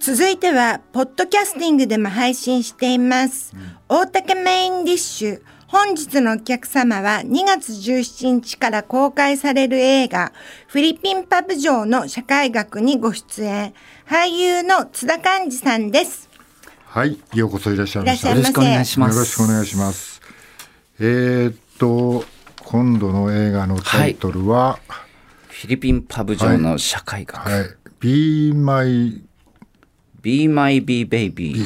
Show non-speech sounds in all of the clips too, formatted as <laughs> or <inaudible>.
続いては、ポッドキャスティングでも配信しています。大竹メインディッシュ。本日のお客様は2月17日から公開される映画、フィリピンパブ城の社会学にご出演、俳優の津田寛治さんです。はい、ようこそいらっしゃいました。いらっよろゃしいくお願いします。よろしくお願いします。えーっと、今度の映画のタイトルは、フィリピンパブ城の社会学。はい、Be My, Be My Be Baby。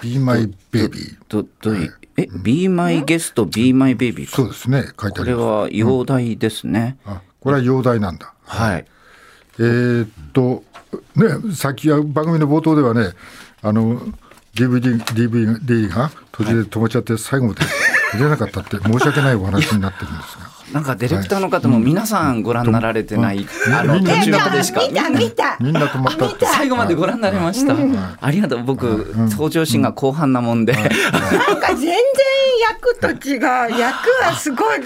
Be My Baby。ど、どういう、え、Be My Guest Be My Baby か。そうですね、書いてこあれります。は容題ですね。あ、これは容題なんだ。はい。えーっと、ね、さっきは番組の冒頭ではね、あの、DVD、DVD が途中で止まっちゃって最後まで出なかったって申し訳ないお話になってるんですが。なんかディレクターの方も皆さんご覧になられてない、あのみんな途中見またでしか見た見たみんな止まったって。最後までご覧になりました。ありがとう。僕、登場シーンが後半なもんで。 <laughs> なんか全然役と違う。役はすごい、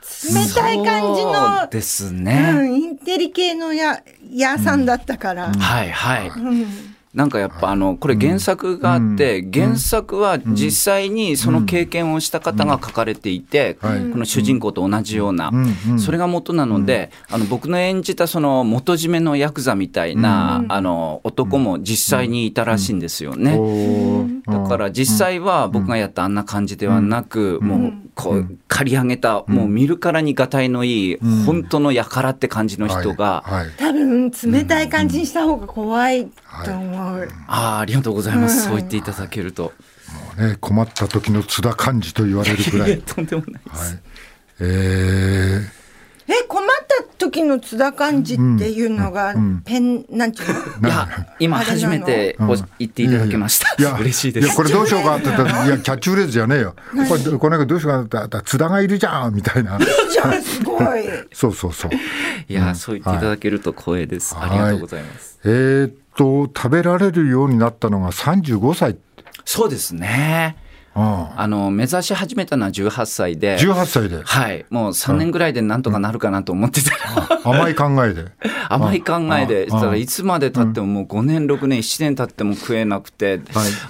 す冷たい感じそのう、ですうね。ん、インテリ系のや、屋さんだったから。はいはい。なんかやっぱあのこれ原作があって、原作は実際にその経験をした方が書かれていて、はいこの主人公と同じような、うんうんそれが元なので、あの僕の演じたその元締めのヤクザみたいな、あの男も実際にいたらしいんですよね。おーだから実際は僕がやったあんな感じではなく、もうこう借り上げた、もう見るからにがたいのいい、本当の輩って感じの人が、はいはい多分冷たい感じにした方が怖いと思う。ああ、ありがとうございます、そう言っていただけると。もうね、困った時の津田寛治と言われるぐら <laughs> い。いはやい、とんでもないです。えー、え困った時の津田寛治っていうのがペン、なんていうのいや、今初めてお言っていただきました。いや、嬉しいでいや、すこ。れどうしようかって言 <laughs> ったら、いや、キャッチフレーズじゃねえよ。これ、これなんかどうしようかって言ったら、津田がいるじゃんみたいな。いいじゃんすごい。そうそうそう。いや、そう言っていただけると光栄です。はいありがとうございます。えーっと、食べられるようになったのが35歳。そうですね。うん。あの、目指し始めたのは18歳で、 18歳で。はい、もう3年ぐらいでなんとかなるかなと思ってた <laughs> ら、甘い考えで。甘い考えで、あしたあらいつまで経ってももう5年、6年、7年経っても食えなくて、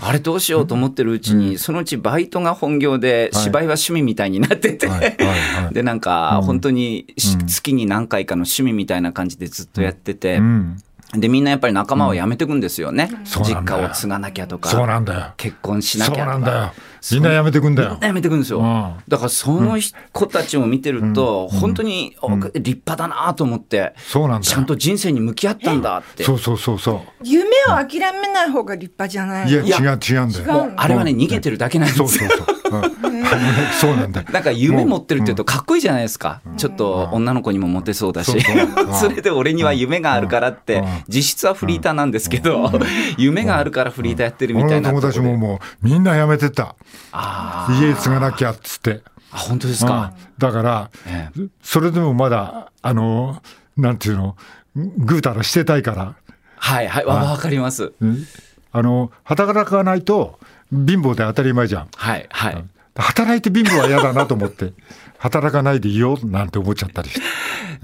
あれどうしようと思ってるうちに、そのうちバイトが本業で、はい芝居は趣味みたいになってて、はいはいはいで、なんか、本当にし月に何回かの趣味みたいな感じでずっとやっててう、ん。で、みんなやっぱり仲間を辞めてくんですよね。そうな実んだよ家を継がなきゃとそうか、なんだよ。結婚しなきそゃうとなんだか。よ。みんなやめてくんだよ。やめてくんですよ、うんだからその子たちを見てると、本当にお立派だなと思って、そうなんだよちゃんと人生に向き合ったんだって、そうそうそうそ夢を諦めない方が立派じゃなう。い。いや、違う、いや違うんだよ。もうあれはね、逃げてるだけなんですそようそうそう。うんあのねそう <laughs> なんだよ。なんか夢持ってるって言うとかっこいいじゃないですか。ちょっと女の子にもモテそうだしそうそうう。ん <laughs> それで俺には夢があるからってうん、実質はフリーターなんですけど、 <laughs> 夢があるからフリーターやってるみた俺いのな。友達も。もうみんな辞めてたあ家継がなきゃっつってあ、本当ですか。うんだから、えそれでもまだあのなんていうのぐうたらしてたいからはいはい、わわかります。うんあの働かないと貧乏で当たり前じゃんはいはい。働いて貧乏は嫌だなと思って <laughs> 働かないでいいよなんて思っちゃったりして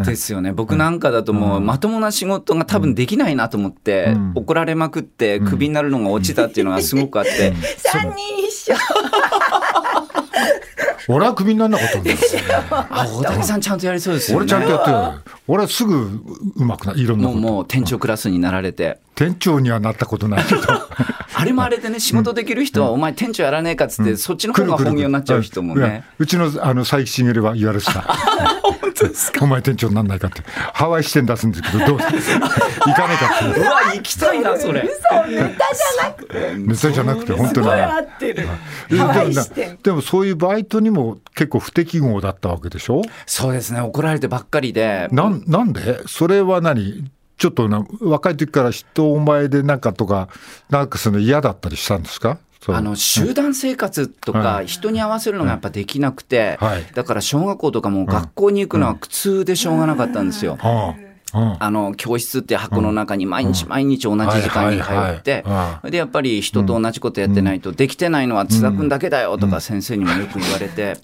ですよね。僕なんかだともうまともな仕事が多分できないなと思って、怒られまくってクビになるのが落ちたっていうのがすごくあって、三人一緒。俺はクビにならなかったんだよあ、大竹さんちゃんとやりそうですよね。俺ちゃんとやってるよ俺はすぐううまくないいろんなもこうともう店長クラスになられて。店長にはなったことないけどあれもあれでね、仕事できる人は、お前、店長やらねえかっつって、そっちの方が本業になっちゃう人もいやね。うちのあの佐伯茂は言われ <laughs> てた本当ですか。お前店長になんないかって、ハワイ支店出すんですけど、どう行かねえかってうわ、行きたいな、それ。嘘ネタじゃなくて。、ネタじゃなくて、本す当にごい合ってる。でもハなワイ支店。でもそういうバイトにも結構不適合だったわけでしょそうですね、怒られてばっかりで。なんなんでそれは何ちょっとな若い時から人前でなんかとか、なんかその嫌だったりしたんですかそうあの集団生活とはか人に合わせるのがやっぱできなくてはい、だから小学校とかもう学校に行くのは苦痛でしょうがなかったんですよ。ああうんあの教室って箱の中に毎日毎日同じ時間に通っはいてはいはいうんでやっぱり人と同じことやってないとできてないのは津田君だけだよとか先生にもよく言わ <laughs> れて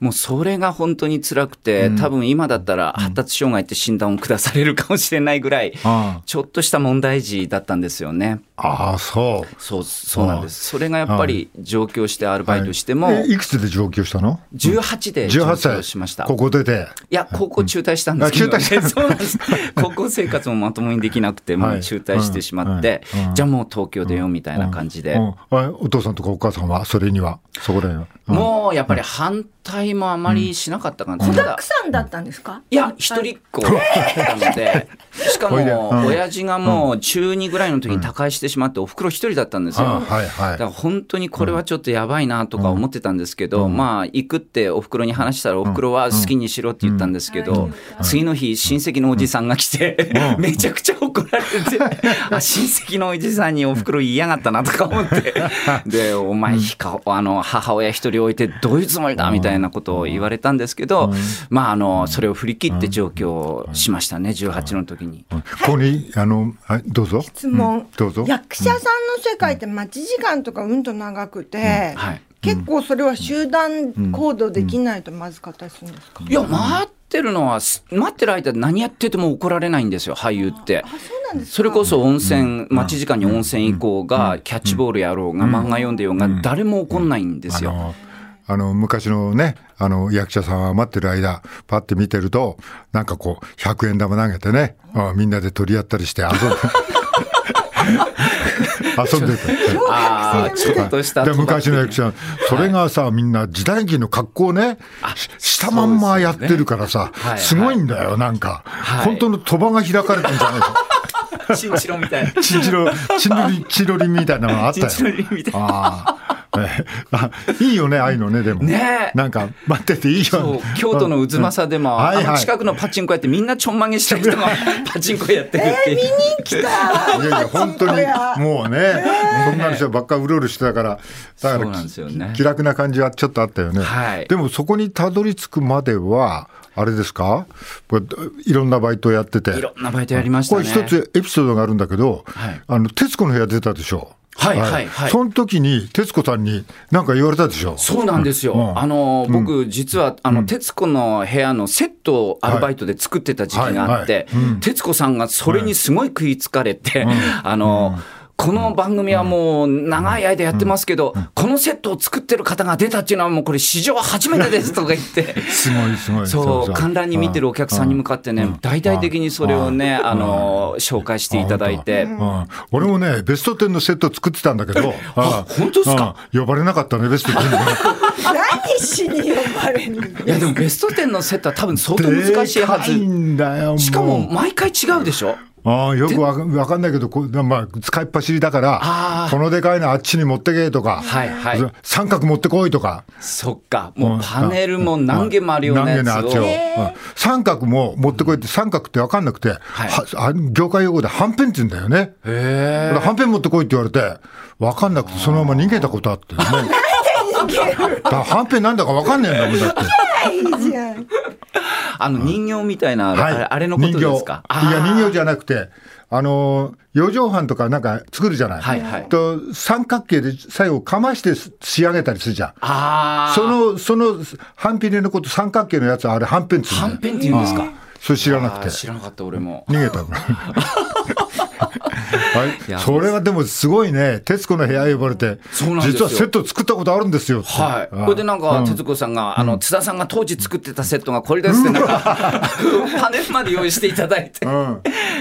もうそれが本当に辛くて多分今だったら発達障害って診断を下されるかもしれないぐらいあちょっとした問題児だったんですよね。ああ、そそうそうなんですそれがやっぱり上京してアルバイトしてう。もえいくつで上京したの18で上 ?18 京歳。しました。ここ出て。いや、高校中退したんですけど、あ中退した <laughs> そう <laughs> なんです。高校生活もまともにできなくて、もう中退してしまってはいうんう、んじゃあもう東京出ようみたいな感じでう。んあお父さんとかお母さんは、それには、そこらへんは。うんもうやっぱり反対もあまりしなかったかな。子ただだくさんだったんですかいや、一人っ子だったので、しかおいでうも、ん親父がもう中2ぐらいの時に他界してしまって、お袋一人だったんですああよ。はいはだい。から本当にこれはちょっとやばいなとか思ってたんですけど、まあ行くってお袋に話したらお袋は好きにしろって言ったんですけど、うん次の日親戚のおじさんが来て、うん <laughs> めちゃくちゃ怒られて、あ親戚のおじさんにお袋言いやがったなとか思ってでお前ひかあの母親一人置いてどういうつもりだみたいなことを言われたんですけど、まああのそれを振り切って上京しましたね18の時に。ここに、あの、はい、どうぞ。質問、どうぞ。役者さんの世界って待ち時間とかうんと長くて、はい結構それは集団行動できないとまずかったりするんですか、いや待ってるのはす待ってる間何やってても怒られないんですよ俳優ってあ。そうなんですかそれこそ温泉、待ち時間に温泉行こうが、キャッチボールやろうが、漫画読んでようが、誰も怒んないんですあよ。のあの昔のねあの役者さんは待ってる間パッて見てるとなんかこう100円玉投げてねあみんなで取り合ったりして遊ん <laughs> で遊んでて。ああ、ちょっとしたで賭博昔の役者それがさ、みんな時代劇の格好ねししたまんまやってるからさす,、そうですよねごはいいんだよなんか、はい本当の賭場が開かれてんじゃないか <laughs> チンチロ <laughs> みたいな。チンチロチンロリチンロリみたいなのがあったチンよチロリみたいな。ああ、ええあいいよね、ああいうのね、でも。ねえなんか、待ってていいよ、そうね。京都の渦政でも、はいはいあの近くのパチンコやってみんなちょんまげした人がパチンコやってるっていう、いやいや、本当 <laughs> に、もうね、そんな人ばっかうろうろしてたから、だかそうなんですよねら、気楽な感じはちょっとあったよね。はいでも、そこにたどり着くまでは、あれですかこれいろんなバイトやってて。いろんなバイトやりましたね。これ一つエピソードがあるんだけど、はいあの、徹子の部屋出たでしょ。はいはいはいその時に、徹子さんに何か言われたでしょ。そうなんですよ。うんあの、僕、実は、あの、徹子の部屋のセットをアルバイトで作ってた時期があってはいはいうん、徹子さんがそれにすごい食いつかれて、あの、この番組はもう長い間やってますけど、このセットを作ってる方が出たっていうのはもうこれ史上初めてですとか言って、 <laughs> すごいすごい。そう、観覧に見てるお客さんに向かかってね、大々的にそれをね、あの、紹介していただいて、うん、俺もね、ベスト10のセット作ってたんだけど、あ本当っすかうん呼ばれなかったね、ベスト10の。 <laughs> 何しに呼ばれるのいやでもベスト10のセットは多分相当難しいはでかいず。んだよ、もうしかも、毎回違うでしょああよくわかわかんないけど、こうまあ、使いっ走りだからあ、ーこのでかいのあっちに持ってけとか、はいはい三角持ってこいとか、そっか、もうパネルも何軒もあるようなや何軒つのあっちをを。うん三角も持ってこいって、三角ってわかんなくて、いはあ業界用語ではんぺんって言うんだよね。へ俺はんぺん持ってこいって言われて、わかんなくて、そのまま逃げたことあってね。だからはんぺんなんだかわかんねえんだもん、だって。いいじゃんーあの人形みたいな、あれはいあれのことですか。人形いや、人形ゃ。じゃなくて、あのー、4畳半とかなんか作るじゃない。はいはいと、三角形で最後かましてす仕上げたりするじゃん。ああ。そ、の、その、半ペン入れのこと三角形のやつ、あれ半ペンつはんぺんって言うんですか。それ知らなくあてー。知らなかった、俺も。逃げ <laughs> たの。いはやい、それはでもすごいね、徹子の部屋呼ばれて、そうなんです実よはセット作ったことあるんですよってはい。ああこれでなんか、徹子さんが、あの、津田さんが当時作ってたセットがこれですって、なん <laughs> か、パネルまで用意していただいて、うん、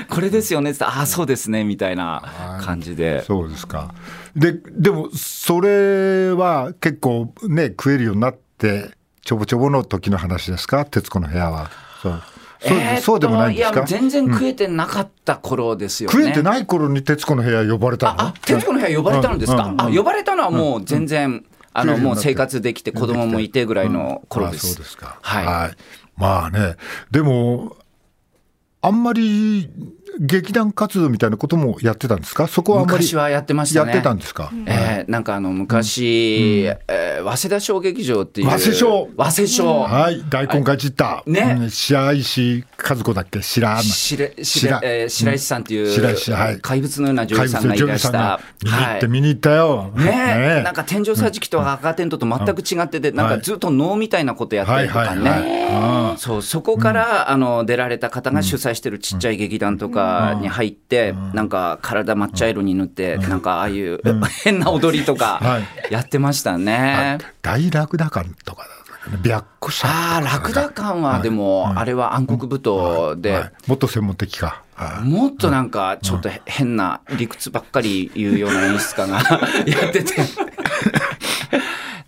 これですよねって言ったら、ああ、そうですね、みたいな感じで。そうですか。で、でも、それは結構ね、食えるようになって、ちょぼちょぼの時の話ですか、徹子の部屋は。そうそう,、えーっとそうでもないんですいや、か全然食えてなかった頃ですよね。食えてない頃に徹子の部屋呼ばれたのあ、徹子の部屋呼ばれたんですうかん。あ、呼ばれたのはもう全然、あの、もう生活できて、子供もいてぐらいの頃であすそう。ですか。はいまあね、でも、あんまり劇団活動みたいなこともやってたんですかそこはあんまり昔はやってましたねやってたんですか、えーなんかあの昔、えー早稲田小劇場っていう早稲小早稲小、はい大根がじった、ねうん白石和子だっけ白浜しれし白れえー白石さんっていう、白石はい怪物のような女優怪さ物んがい女ら優しさんたが。見に行ってい見に行ったよ、ねええなんか天井桟敷と赤テントと全く違ってて、なんかずっと能みたいなことやったはりいとはかいね、はいああそうそこから、あの出られた方が主催してるちっちゃい劇団とかに入って、なんか体抹茶色に塗って、なんかああいう、変な踊りとは <laughs> かやってましたね。大楽だかんとかだね白虎社ああラクダ感はでもあれは暗黒舞踏ではいもっと専門的か、はいもっとなんかちょっと変な理屈ばっかり言うような演出家が <laughs> やってて。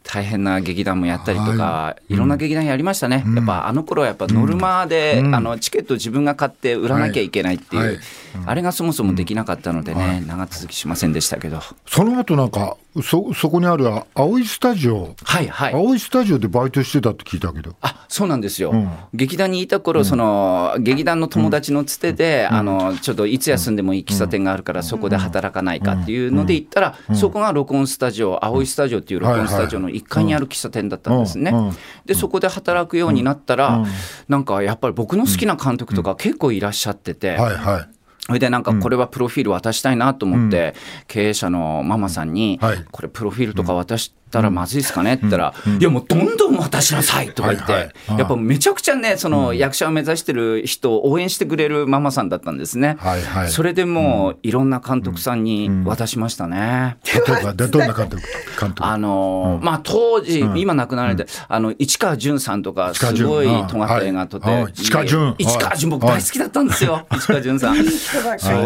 大変な劇団もやったりとか、いろんな劇団やりましたね、やっぱあの頃はやっぱノルマで、あのチケット自分が買って売らなきゃいけないっていう、はいはいあれがそもそもできなかったのでね、長続きしませんでしたけど、はその後なんかそそこにあるあ青いスタジオ、いはい、青いスタジオでバイトしてたって聞いたけどあそうなんですよ、ん劇団にいた頃、その劇団の友達のつてで、あのちょっといつ休んでもいい喫茶店があるから、そこで働かないかっていうので行ったら、そこが録音スタジオ青いスタジオっていう録音スタジオの1階にある喫茶店だったんですね、うんうんでそこで働くようになったら、なんかやっぱり僕の好きな監督とか結構いらっしゃってて、はいはいそれでなんかこれはプロフィール渡したいなと思って、経営者のママさんに、はいこれプロフィールとか渡したらまずいですかねって言ったら、いやもうどんどん渡しなさいとか言って、はいはいああやっぱめちゃくちゃねその役者を目指してる人を応援してくれるママさんだったんですね、はいはいそれでもういろんな監督さんに渡しましたね。例えばでどんな監督監督あのーまあ当時、今亡くなられて、あの市川淳さんとか、すごい市川淳尖った映画撮って、はいはい市川淳市川淳、僕大好きだったんですよ、市川淳さん。そう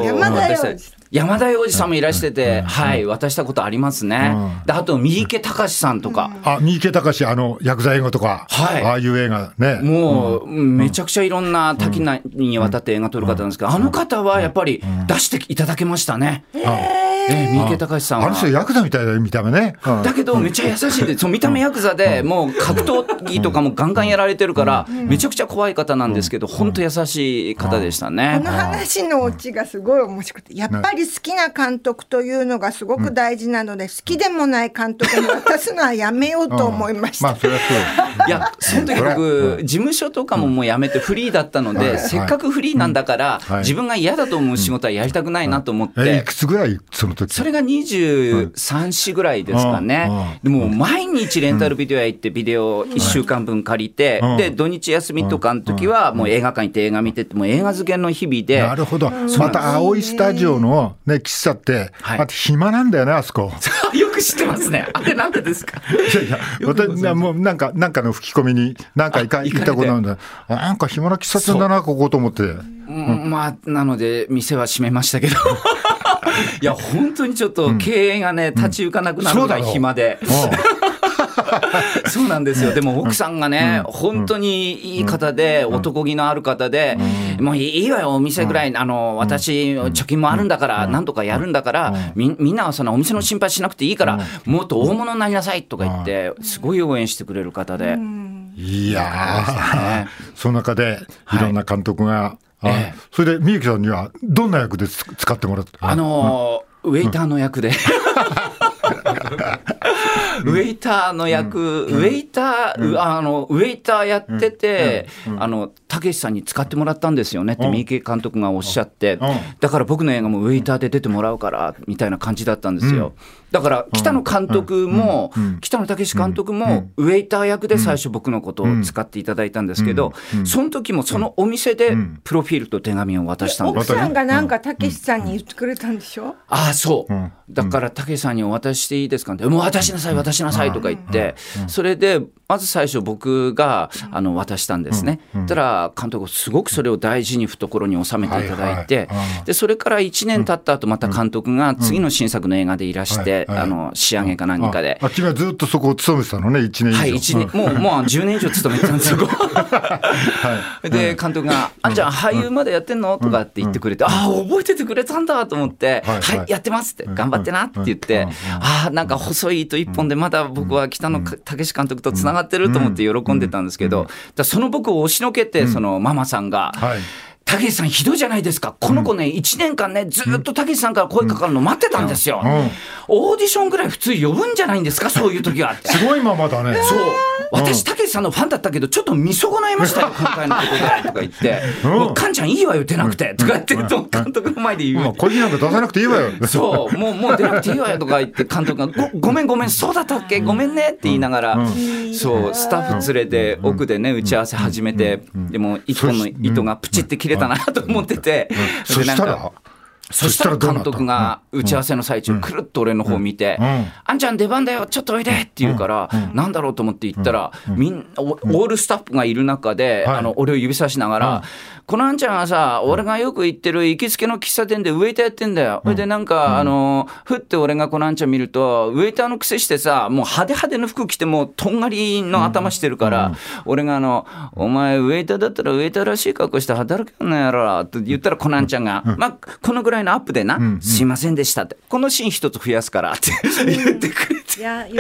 山田洋次私山田洋次さんもいらしてて、はい、渡したことありますね。で、あと、三池隆さんとか、あ三池隆あの薬剤映画とか、はいああいう映画ねもう、めちゃくちゃいろんな多岐にわたって映画撮る方なんですけど、あの方はやっぱり出していただけましたね。ええ三池隆さんあはの。人ヤクザみたいだよ見た目ね、うんだけどめっちゃ優しいで、そう見た目ヤクザで、もう格闘技とかもガンガンやられてるから、めちゃくちゃ怖い方なんですけど、本当優しい方でしたこねの。話のオチがすごい面白くて、やっぱり好きな監督というのがすごく大事なので、好きでもない監督に渡すのはやめようと思いましまあた。それはそういや、その時僕、事務所とかももう辞めてフリーだったので、せっかくフリーなんだから、い自分が嫌だと思う仕事はやりたくないなと思っえいてく。つぐらいその時それが23、四ぐらいですかね。でもう毎日レンタルビデオ屋行ってビデオ1週間分借りてう、んで、土日休みとかの時はもう映画館行って映画見てって、もう映画漬けの日々で。なるほど、また青いスタジオの、ね、喫茶って、はいまた暇なんだよね、あ <laughs> そこ。 <laughs> よく知ってますね。あれなんでですか。いやいや、私、なもうなんか、なんかの吹き込みに、何回か行ったことあるんだ、あなんか暇な喫茶店だな、ここと思って、うんまあなので店は閉めました <laughs> けど。いや本当にちょっと経営がね、立ち行かなくなるぐらそういだろう暇で。うそうなんですよ。でも奥さんがね、本当にいい方で、男気のある方で、もういいわよ、お店ぐらい、あの、私、貯金もあるんだから、なんとかやるんだから、みみんなはそのお店の心配しなくていいから、もっと大物になりなさいとか言って、すごい応援してくれる方で。んいやー、その中で、いろんな監督が、あええそれで、みゆきさんには、どんな役でつ使ってもらったあのーウェイターの役で。ウェイターの役、ウェイター、うあの、ウェイターやってて、あの、たけしさんに使ってもらったんですよねって、三池監督がおっしゃって、だから僕の映画もウェイターで出てもらうから、みたいな感じだったんですよ。だから、北野監督も、北野武監督も、ウェイター役で最初僕のことを使っていただいたんですけど、その時もそのお店で、プロフィールと手紙を渡したんです奥さんがなんかたけしさんに言ってくれたんでしょ、ああそう、んだから武さんにお渡ししていいですかって「もう渡しなさい渡しなさい」とか言って、それでまず最初僕があの渡したんですね、たら監督すごくそれを大事に懐に収めていただいて、はいはいあでそれから1年経った後また監督が次の新作の映画でいらして、はいはいあの仕上げか何かで。あ君はずっとそこを勤めてたのね、1年以上。はい、一年、もう、もう10年以上勤めてたん <laughs> ですよ。で、監督が、あんちゃん、俳優までやってんのとかって言ってくれて、ああ、覚えててくれたんだと思って、はいははいい、やってますって、頑張ってなって言って、ああ、なんか細い糸一本で、まだ僕は北野武監督とつながってると思って喜んでたんですけど、だからその僕を押しのけて、そのママさんが、はいたけしさんひどいじゃないですか。この子ね、1年間ね、ずっとたけしさんから声かかるの待ってたんですよ。うんオーディションぐらい普通呼ぶんじゃないんですか、そういう時はって。すごいままだね。そう。私、たけしさんのファンだったけど、ちょっと見損ないました <laughs> よ、今回のことで、とか言って。うんもうカンちゃんいいわよ、出なくて、とか言って、と監督の前で言うまあ、。小指なんか出さなくていいわよ。 <laughs> そう、もう、もう出なくていいわよとか言って、監督が、ごごめんごめん、そうだったっけごめんねって言いながら、そう、スタッフ連れて、奥でね、打ち合わせ始めて、でも、一本の糸がプチって切れたなと思ってて、 <laughs> そでなしんた、からそしたらどうな監った督が打ち合わせの最中、くるっと俺の方見て、うんうんあんちゃん出番だよ、ちょっとおいでって言うから、なんだろうと思って行ったら、みんおオールスタッフがいる中で、はいあの俺を指さしながら、このあんちゃんはさ、俺がよく行ってる行きつけの喫茶店でウェイターやってんだよ。それでなんか、あの、ふって俺がこのあんちゃん見ると、ウェイターの癖してさ、もう派手派手の服着て、もうとんがりの頭してるから、俺があの、お前、ウェイターだったらウェイターらしい格好して働けんのやろって言ったら、コナンちゃんが、まあ、このぐらいのアップでな、すいませんでしたって、このシーン一つ増やすからって言ってくれて、いや、よ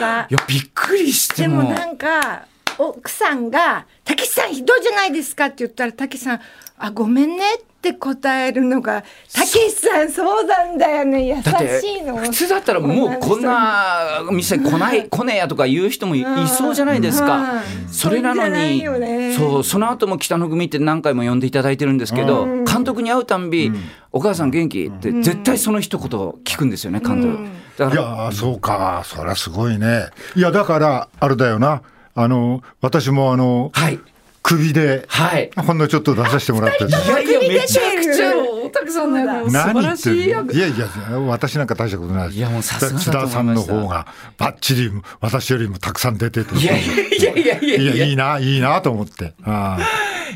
かっ。いや、びっくりしたてでももう。なんか、奥さんが、たけしさんひどいじゃないですかって言ったら、たけしさん、あ、ごめんねって答えるのが、たけしさん、そうなんだよね、優だってしいの。普通だったらもうこんな店来ない来ねえやとか言う人もいいそうじゃないですかう。んそれなのそれじゃないによねそうその後も北の組って何回も呼んでいただいてるんですけど監督に会うたんび「お母さん元気?」って絶対その一言聞くんですよね監督。だいからやー、そうか、そりゃすごいね。いや、だから、あれだよな、あの、私もあの、はい首で、はいほんのちょっと出させてもらってて。いやいやめちゃ組く出ちてゃるおたくさんの役も素何晴言らってるしい役いやいや、私なんか大したことないですいやもうさすが津田だとさ思いんまのした方が、ばっちり、私よりもたくさん出てて。いやいやいやいやいいやいや、やいいな、いいなと思って。あ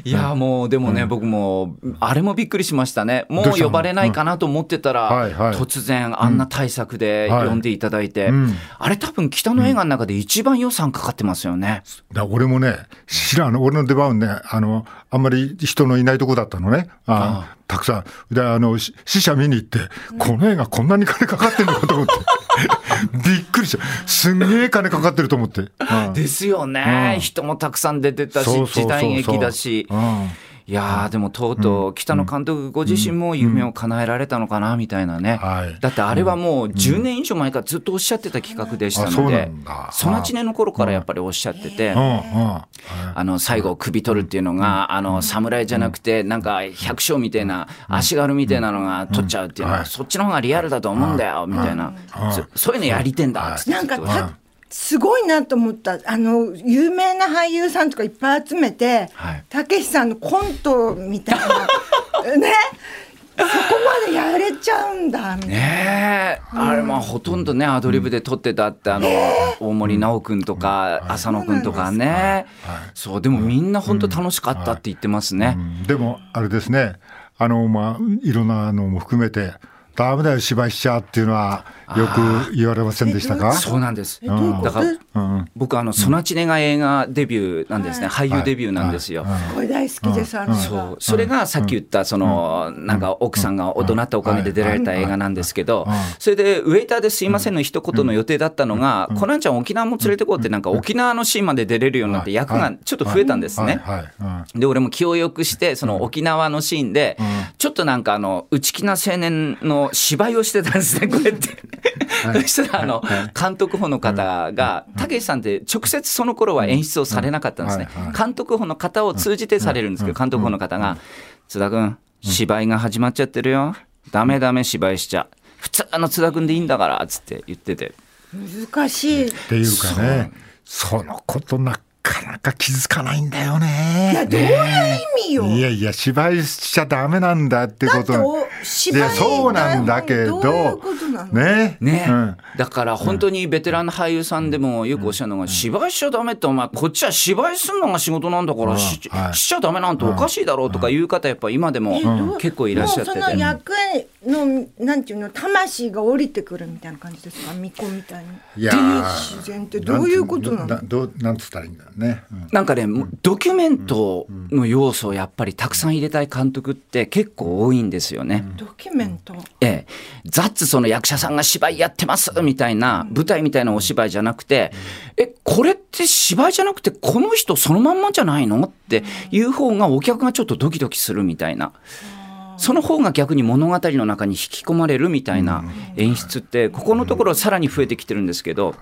いやもうでもね、僕もあれもびっくりしましたね、もうどうしたの呼ばれないかなと思ってたら、うんはいはい突然、あんな対策ではい呼んでいただいて、うんあれ、多分北の映画の中で一番予算かかってますよね。ーだ俺もね、知らんの、俺の出番ね、あの、あんまり人のいないとこだったのね。あーたくさん。で、あの、し死者見に行って、この映画こんなに金かかってんのかと <laughs> 思って。びっくりした。すんげえ金かかってると思って。うんですよね、うん人もたくさん出てたし、そうそうそうそう時代劇だし、うんいやー、でもとうとう、北野監督ご自身も夢を叶えられたのかなみたいなね、はいだってあれはもう10年以上前からずっとおっしゃってた企画でしたあそのうなでんだ、そのちねの頃からやっぱりおっしゃってて。うんうんあの最後、首取るっていうのが、あの侍じゃなくて、なんか百姓みたいな、足軽みたいなのが取っちゃうっていうのうは、んそっちの方がリアルだと思うんだよみたいな、そそういうのやりてんだっつってなんかずっとたすごいなと思ったあの有名な俳優さんとかいっぱい集めてはいたけしさんのコントみたい <laughs> なねそこまでやれちゃうんだみたいな。ねえあれ、まあほとんどね、アドリブで撮ってたって、あの大森奈央君とか、浅野君とかね、そう、でもみんな本当楽しかったって言ってますねう。んでも、あれですね、あの、まあ、いろんなのも含めて、ダメだよ、芝居しちゃうっていうのは、よく言われませんでしたかそうなんです。どういうことだからうん僕、あの、ソナチネが映画デビューなんですね。俳優デビューなんですよ。これ大好きです、あの映そう画。それがさっき言ったその、なんか奥さんが怒鳴ったおかげで出られた映画なんですけどうんうんそれでウェイターですいませんの一言の予定だったのがコナンちゃん沖縄も連れてこうってなんか沖縄のシーンまで出れるようになって役がちょっと増えたんですね。はいはいうんで俺も気を良くしてその沖縄のシーンでちょっとなんかあの内気な青年の芝居をしてたんですねこうやって。そしたらあの監督補の方がたけしさんって直接その頃は演出をされなかったんですねはいはい監督補の方を通じてされるんですけど監督補の方が「津田君芝居が始まっちゃってるよダメダメ芝居しちゃ普通の津田君でいいんだから」っつって言ってて難しい。いっていうかね、そのことなかなか気づかないんだよね。や、どういう意味よ。いやいや、芝居しちゃダメなんだってだこってと。お芝い居やそうなんだけどどういうことなの、ね。ね、うんだから本当にベテランの俳優さんでもよくおっしゃるのが、芝居しちゃダメってお前こっちは芝居すんのが仕事なんだからし,、はいしちゃダメなんておかしいだろうとかいう方やっぱ今でえどもう結構いらっしゃってもうそのて。役のなんていうの魂が降りてくるみたいな感じですか巫女みたいに。いやってーいう自然ってどういうことなのんてどうなんつったらいいんだろうね、うんなんかね、ドキュメントの要素をやっぱりたくさん入れたい監督って結構多いんですよね。ドキュメント、ええ、ザッツその役者さんが芝居やってますみたいな、舞台みたいなお芝居じゃなくて、え、これって芝居じゃなくて、この人そのまんまじゃないのっていう方がお客がちょっとドキドキするみたいな。その方が逆に物語の中に引き込まれるみたいな演出って、ここのところさらに増えてきてるんですけど、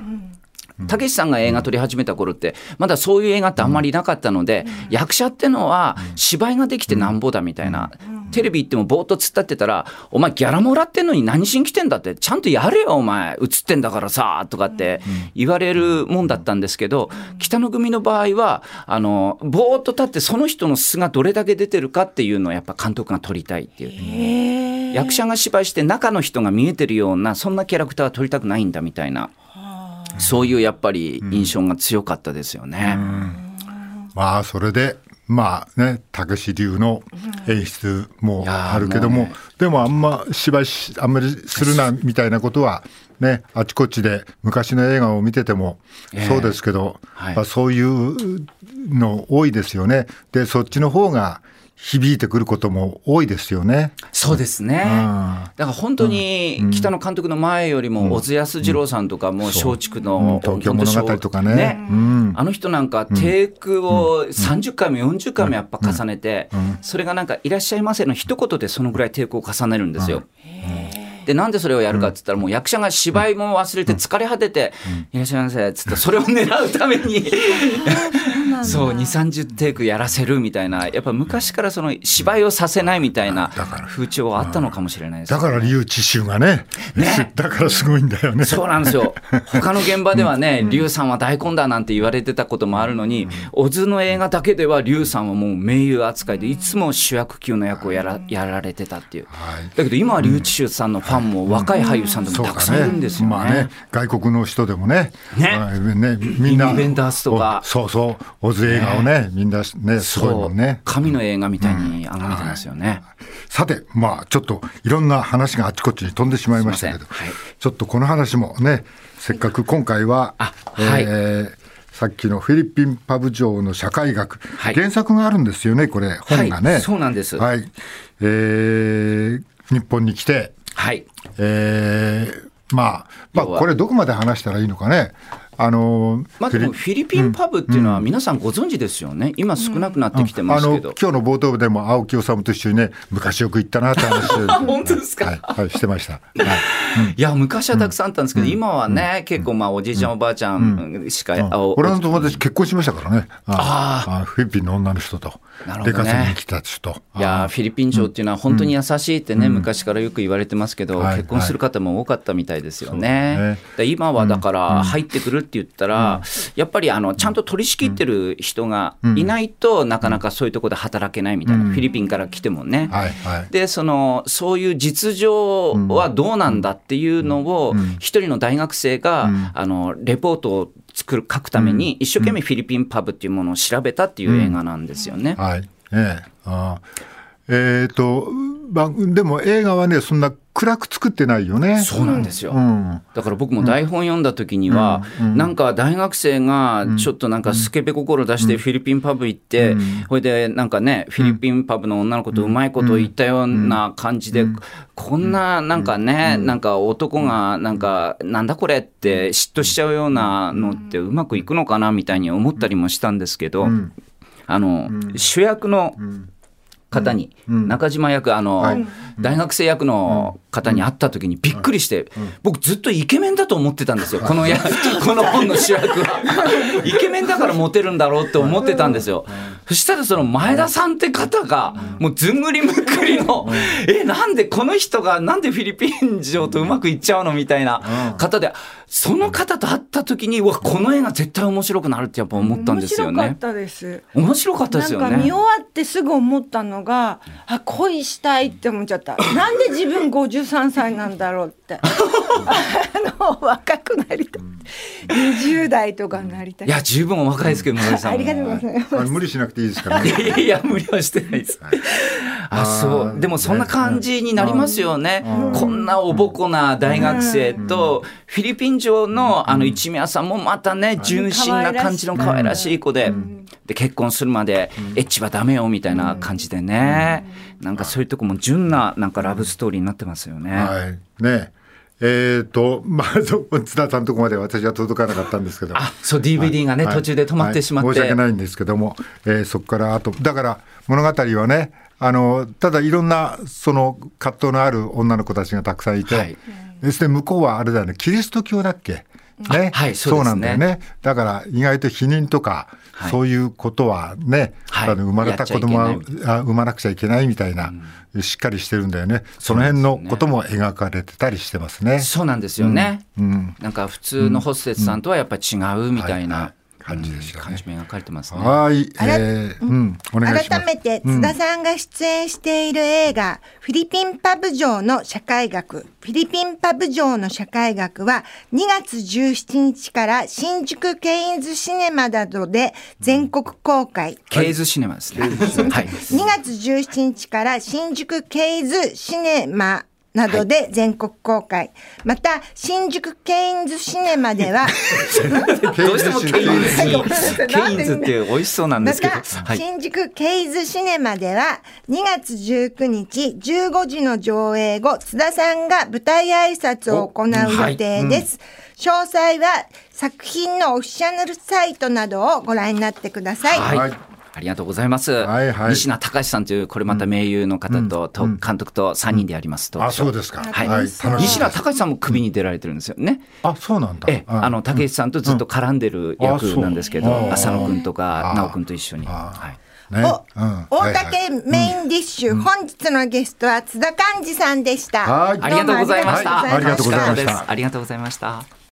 たけしさんが映画撮り始めた頃って、まだそういう映画ってあんまりなかったので、役者ってのは芝居ができてなんぼだみたいな。テレビ行ってもぼーっと突っ立ってたら、お前ギャラもらってんのに何しに来てんだって、ちゃんとやれよお前、映ってんだからさ、とかって言われるもんだったんですけど、北野組の場合は、あの、ぼーっと立ってその人の素がどれだけ出てるかっていうのをやっぱ監督が撮りたいっていう。へえ役者が芝居して中の人が見えてるようなそんなキャラクターは撮りたくないんだみたいなそういうやっぱり印象が強かったですよね。まあそれでまあねたけし流の演出もいやーあるけどもも、うねでもあんま芝居しあんまりするなみたいなことはねあちこちで昔の映画を見ててもそうですけど、はいまあそういうの多いですよねでそっちの方が響いてくることも多いですよね。そうですねあだから本当に北野監督の前よりも小津安二郎さんとかもう松竹のそううん東京物語とかねうんあの人なんかテイクを30回も40回もやっぱ重ねてそれがなんか「いらっしゃいませ」の一言でそのぐらいテイクを重ねるんですよ。でなんでそれをやるかっつったらもう役者が芝居も忘れて疲れ果てて「いらっしゃいませ」っつってそれを狙うため <laughs> にそう2 3 0テイクやらせるみたいなやっぱ昔からその芝居をさせないみたいな風潮はあったのかもしれないですねだから竜知秀がねだからすごいんだよね。そうなんですよ。他の現場ではね、劉さんは大根だなんて言われてたこともあるのに、小津の映画だけでは劉さんはもう名優扱いで、いつも主役級の役をやらやられてたっていう。はいだけど今は劉知秀さんのファンも若い俳優さんでそうもたくかさんいるんですよまあねね。、外国の人でもね、ねまあねみんな、インベンダースとかおそうそう、オズ映画をね、みんなね、すごいそもうんね。神の映画みたいにあがめてますよね。さて、まあちょっといろんな話があちこちに飛んでしまいましたけすどいませんはい、ちょっとこの話もね、せっかく今回は、あはいえーさっきのフィリピンパブ城の社会学、はい原作があるんですよね、これ、本がね。はいそうなんですはい。えー日本に来て、はい。えーまあ、まあ、要はこれ、どこまで話したらいいのかね。あのーまあでもフィリピンパブっていうのは皆さんご存知ですよね。今少なくなってきてまあすのけ今ど日。の冒頭でも青木治と一緒にね昔よく行ったなって話を <laughs> 本当ですかはい、はいしてました、はいいや、昔はたくさんあったんですけど、今はね、結構まあおじいちゃんおばあちゃんしか、あお俺の友達結婚しましたからねあああフィリピンの女の人となるほ出どね稼ぎに来た人といやーフィリピン城っていうのは本当に優しいってね、昔からよく言われてますけど、はい結婚する方も多かったみたいですよそうだねね。で今はだから、入ってくるって言ったら、やっぱりあのちゃんと取り仕切ってる人がいないと、なかなかそういうところで働けないみたいな、フィリピンから来てもね。はいはいでそのそういう実情はどうなんだっていうのを一人の大学生が、あのレポートを作る書くために一生懸命フィリピンパブっていうものを調べたっていう映画なんですよね。はいええあーえーと、まあ、でも映画はねそんな暗く作ってないよねそうなんですよ、うんだから僕も台本読んだ時には、なんか大学生がちょっとなんかスケベ心出してフィリピンパブ行って、それでなんかねフィリピンパブの女の子とうまいこと言ったような感じで、こんななんかね、なんか男がなんかなんだこれって嫉妬しちゃうようなのってうまくいくのかなみたいに思ったりもしたんですけど、あの、主役の方に、中島役あの、大学生役の方に会った時にびっくりして、僕ずっとイケメンだと思ってたん <laughs> ですよ、このやこの本の主役 <laughs> はイケメンだからモテるんだろうって思ってたんですよ、そしたらその前田さんって方がもうずんぐりむっくりの、 <laughs> えなんでこの人がなんでフィリピン城とうまくいっちゃうのみたいな方でその方と会った時にうわこの映画絶対面白くなるってやっぱ思ったんですよ面白かっねたです。面白かったですよなんか見終ねわってすぐ思ったのが、あ恋したいって思っちゃった。なんで自分53歳なんだろうって。あのもう若くなりたい。20代とかになりたい。いや十分お若いですけど村井さ <laughs> んあもりがとうございます。あの無理しなくていいですからね。いやいや無理はしてないです。あそ <laughs> あーうでもそんな感じになりますよね。こんなおぼこな大学生とフィリピン城のあの一宮さんもまたね純真な感じの可愛らしい子でで結婚するまでエッチはダメよみたいな感じでねなんかそういうとこも純ななんかラブストーリーになってますよね。はい。ねえ。えーと、まあ、 <laughs> ど津田さんのとこまで私は届かなかったんですけど。あそう DVD がねはい途中で止まってしまって。はい申し訳ないんですけども、えーそこからあとだから物語はねあのただいろんなその葛藤のある女の子たちがたくさんいて、はいそして向こうはあれだよねキリスト教だっけね、はいそそうでうなすねんだよねだから意外と否認とか、はいそういうことはね、はいあの生まれた子供はやっちゃいけあ産まなくちゃいけないみたいな、しっかりしてるんだよねその辺のことも描かれてたりしてますね。そうなんですよね、んなんか普通のホステスさんとはやっぱり違うみたいはいはない感じでしたねうん感じも描かれてますね。はい、あらえーうん、お願いします。改めて津田さんが出演している映画、フィリピンパブ城の社会学フィリピンパブ城の社会学は2月17日から新宿ケインズシネマなどで全国公開、ケイズシネマですね。 <laughs> はい。 2月17日から新宿ケイズシネマなどで全国公開、また新宿ケインズシネマではどうしてもケイズにンズに、ケインズっていう美味しそうなんでますけど、たはい。新宿ケイズシネマでは2月19日15時の上映後津田さんが舞台挨拶を行う予定です、詳細は作品のオフィシャルサイトなどをご覧になってください、はいはいありがとうございます。はいはい西名隆さんという、これまた名優の方と、と監督と3人でやりますと。あ、そうですか。はい。楽しみ西名隆さんも首に出られてるんですよね。あ、そうなんだ。ええ、うんあの、武井さんとずっと絡んでるうんあ役そうなんですけあど、ー浅野くんとあかー直くんと一緒に。はい。ねおうん大はいはい竹メインディッシュ、本日のゲストは津田寛治さんでした、はいありがとうございました。はいありがとうございました楽かったですありがとうございました。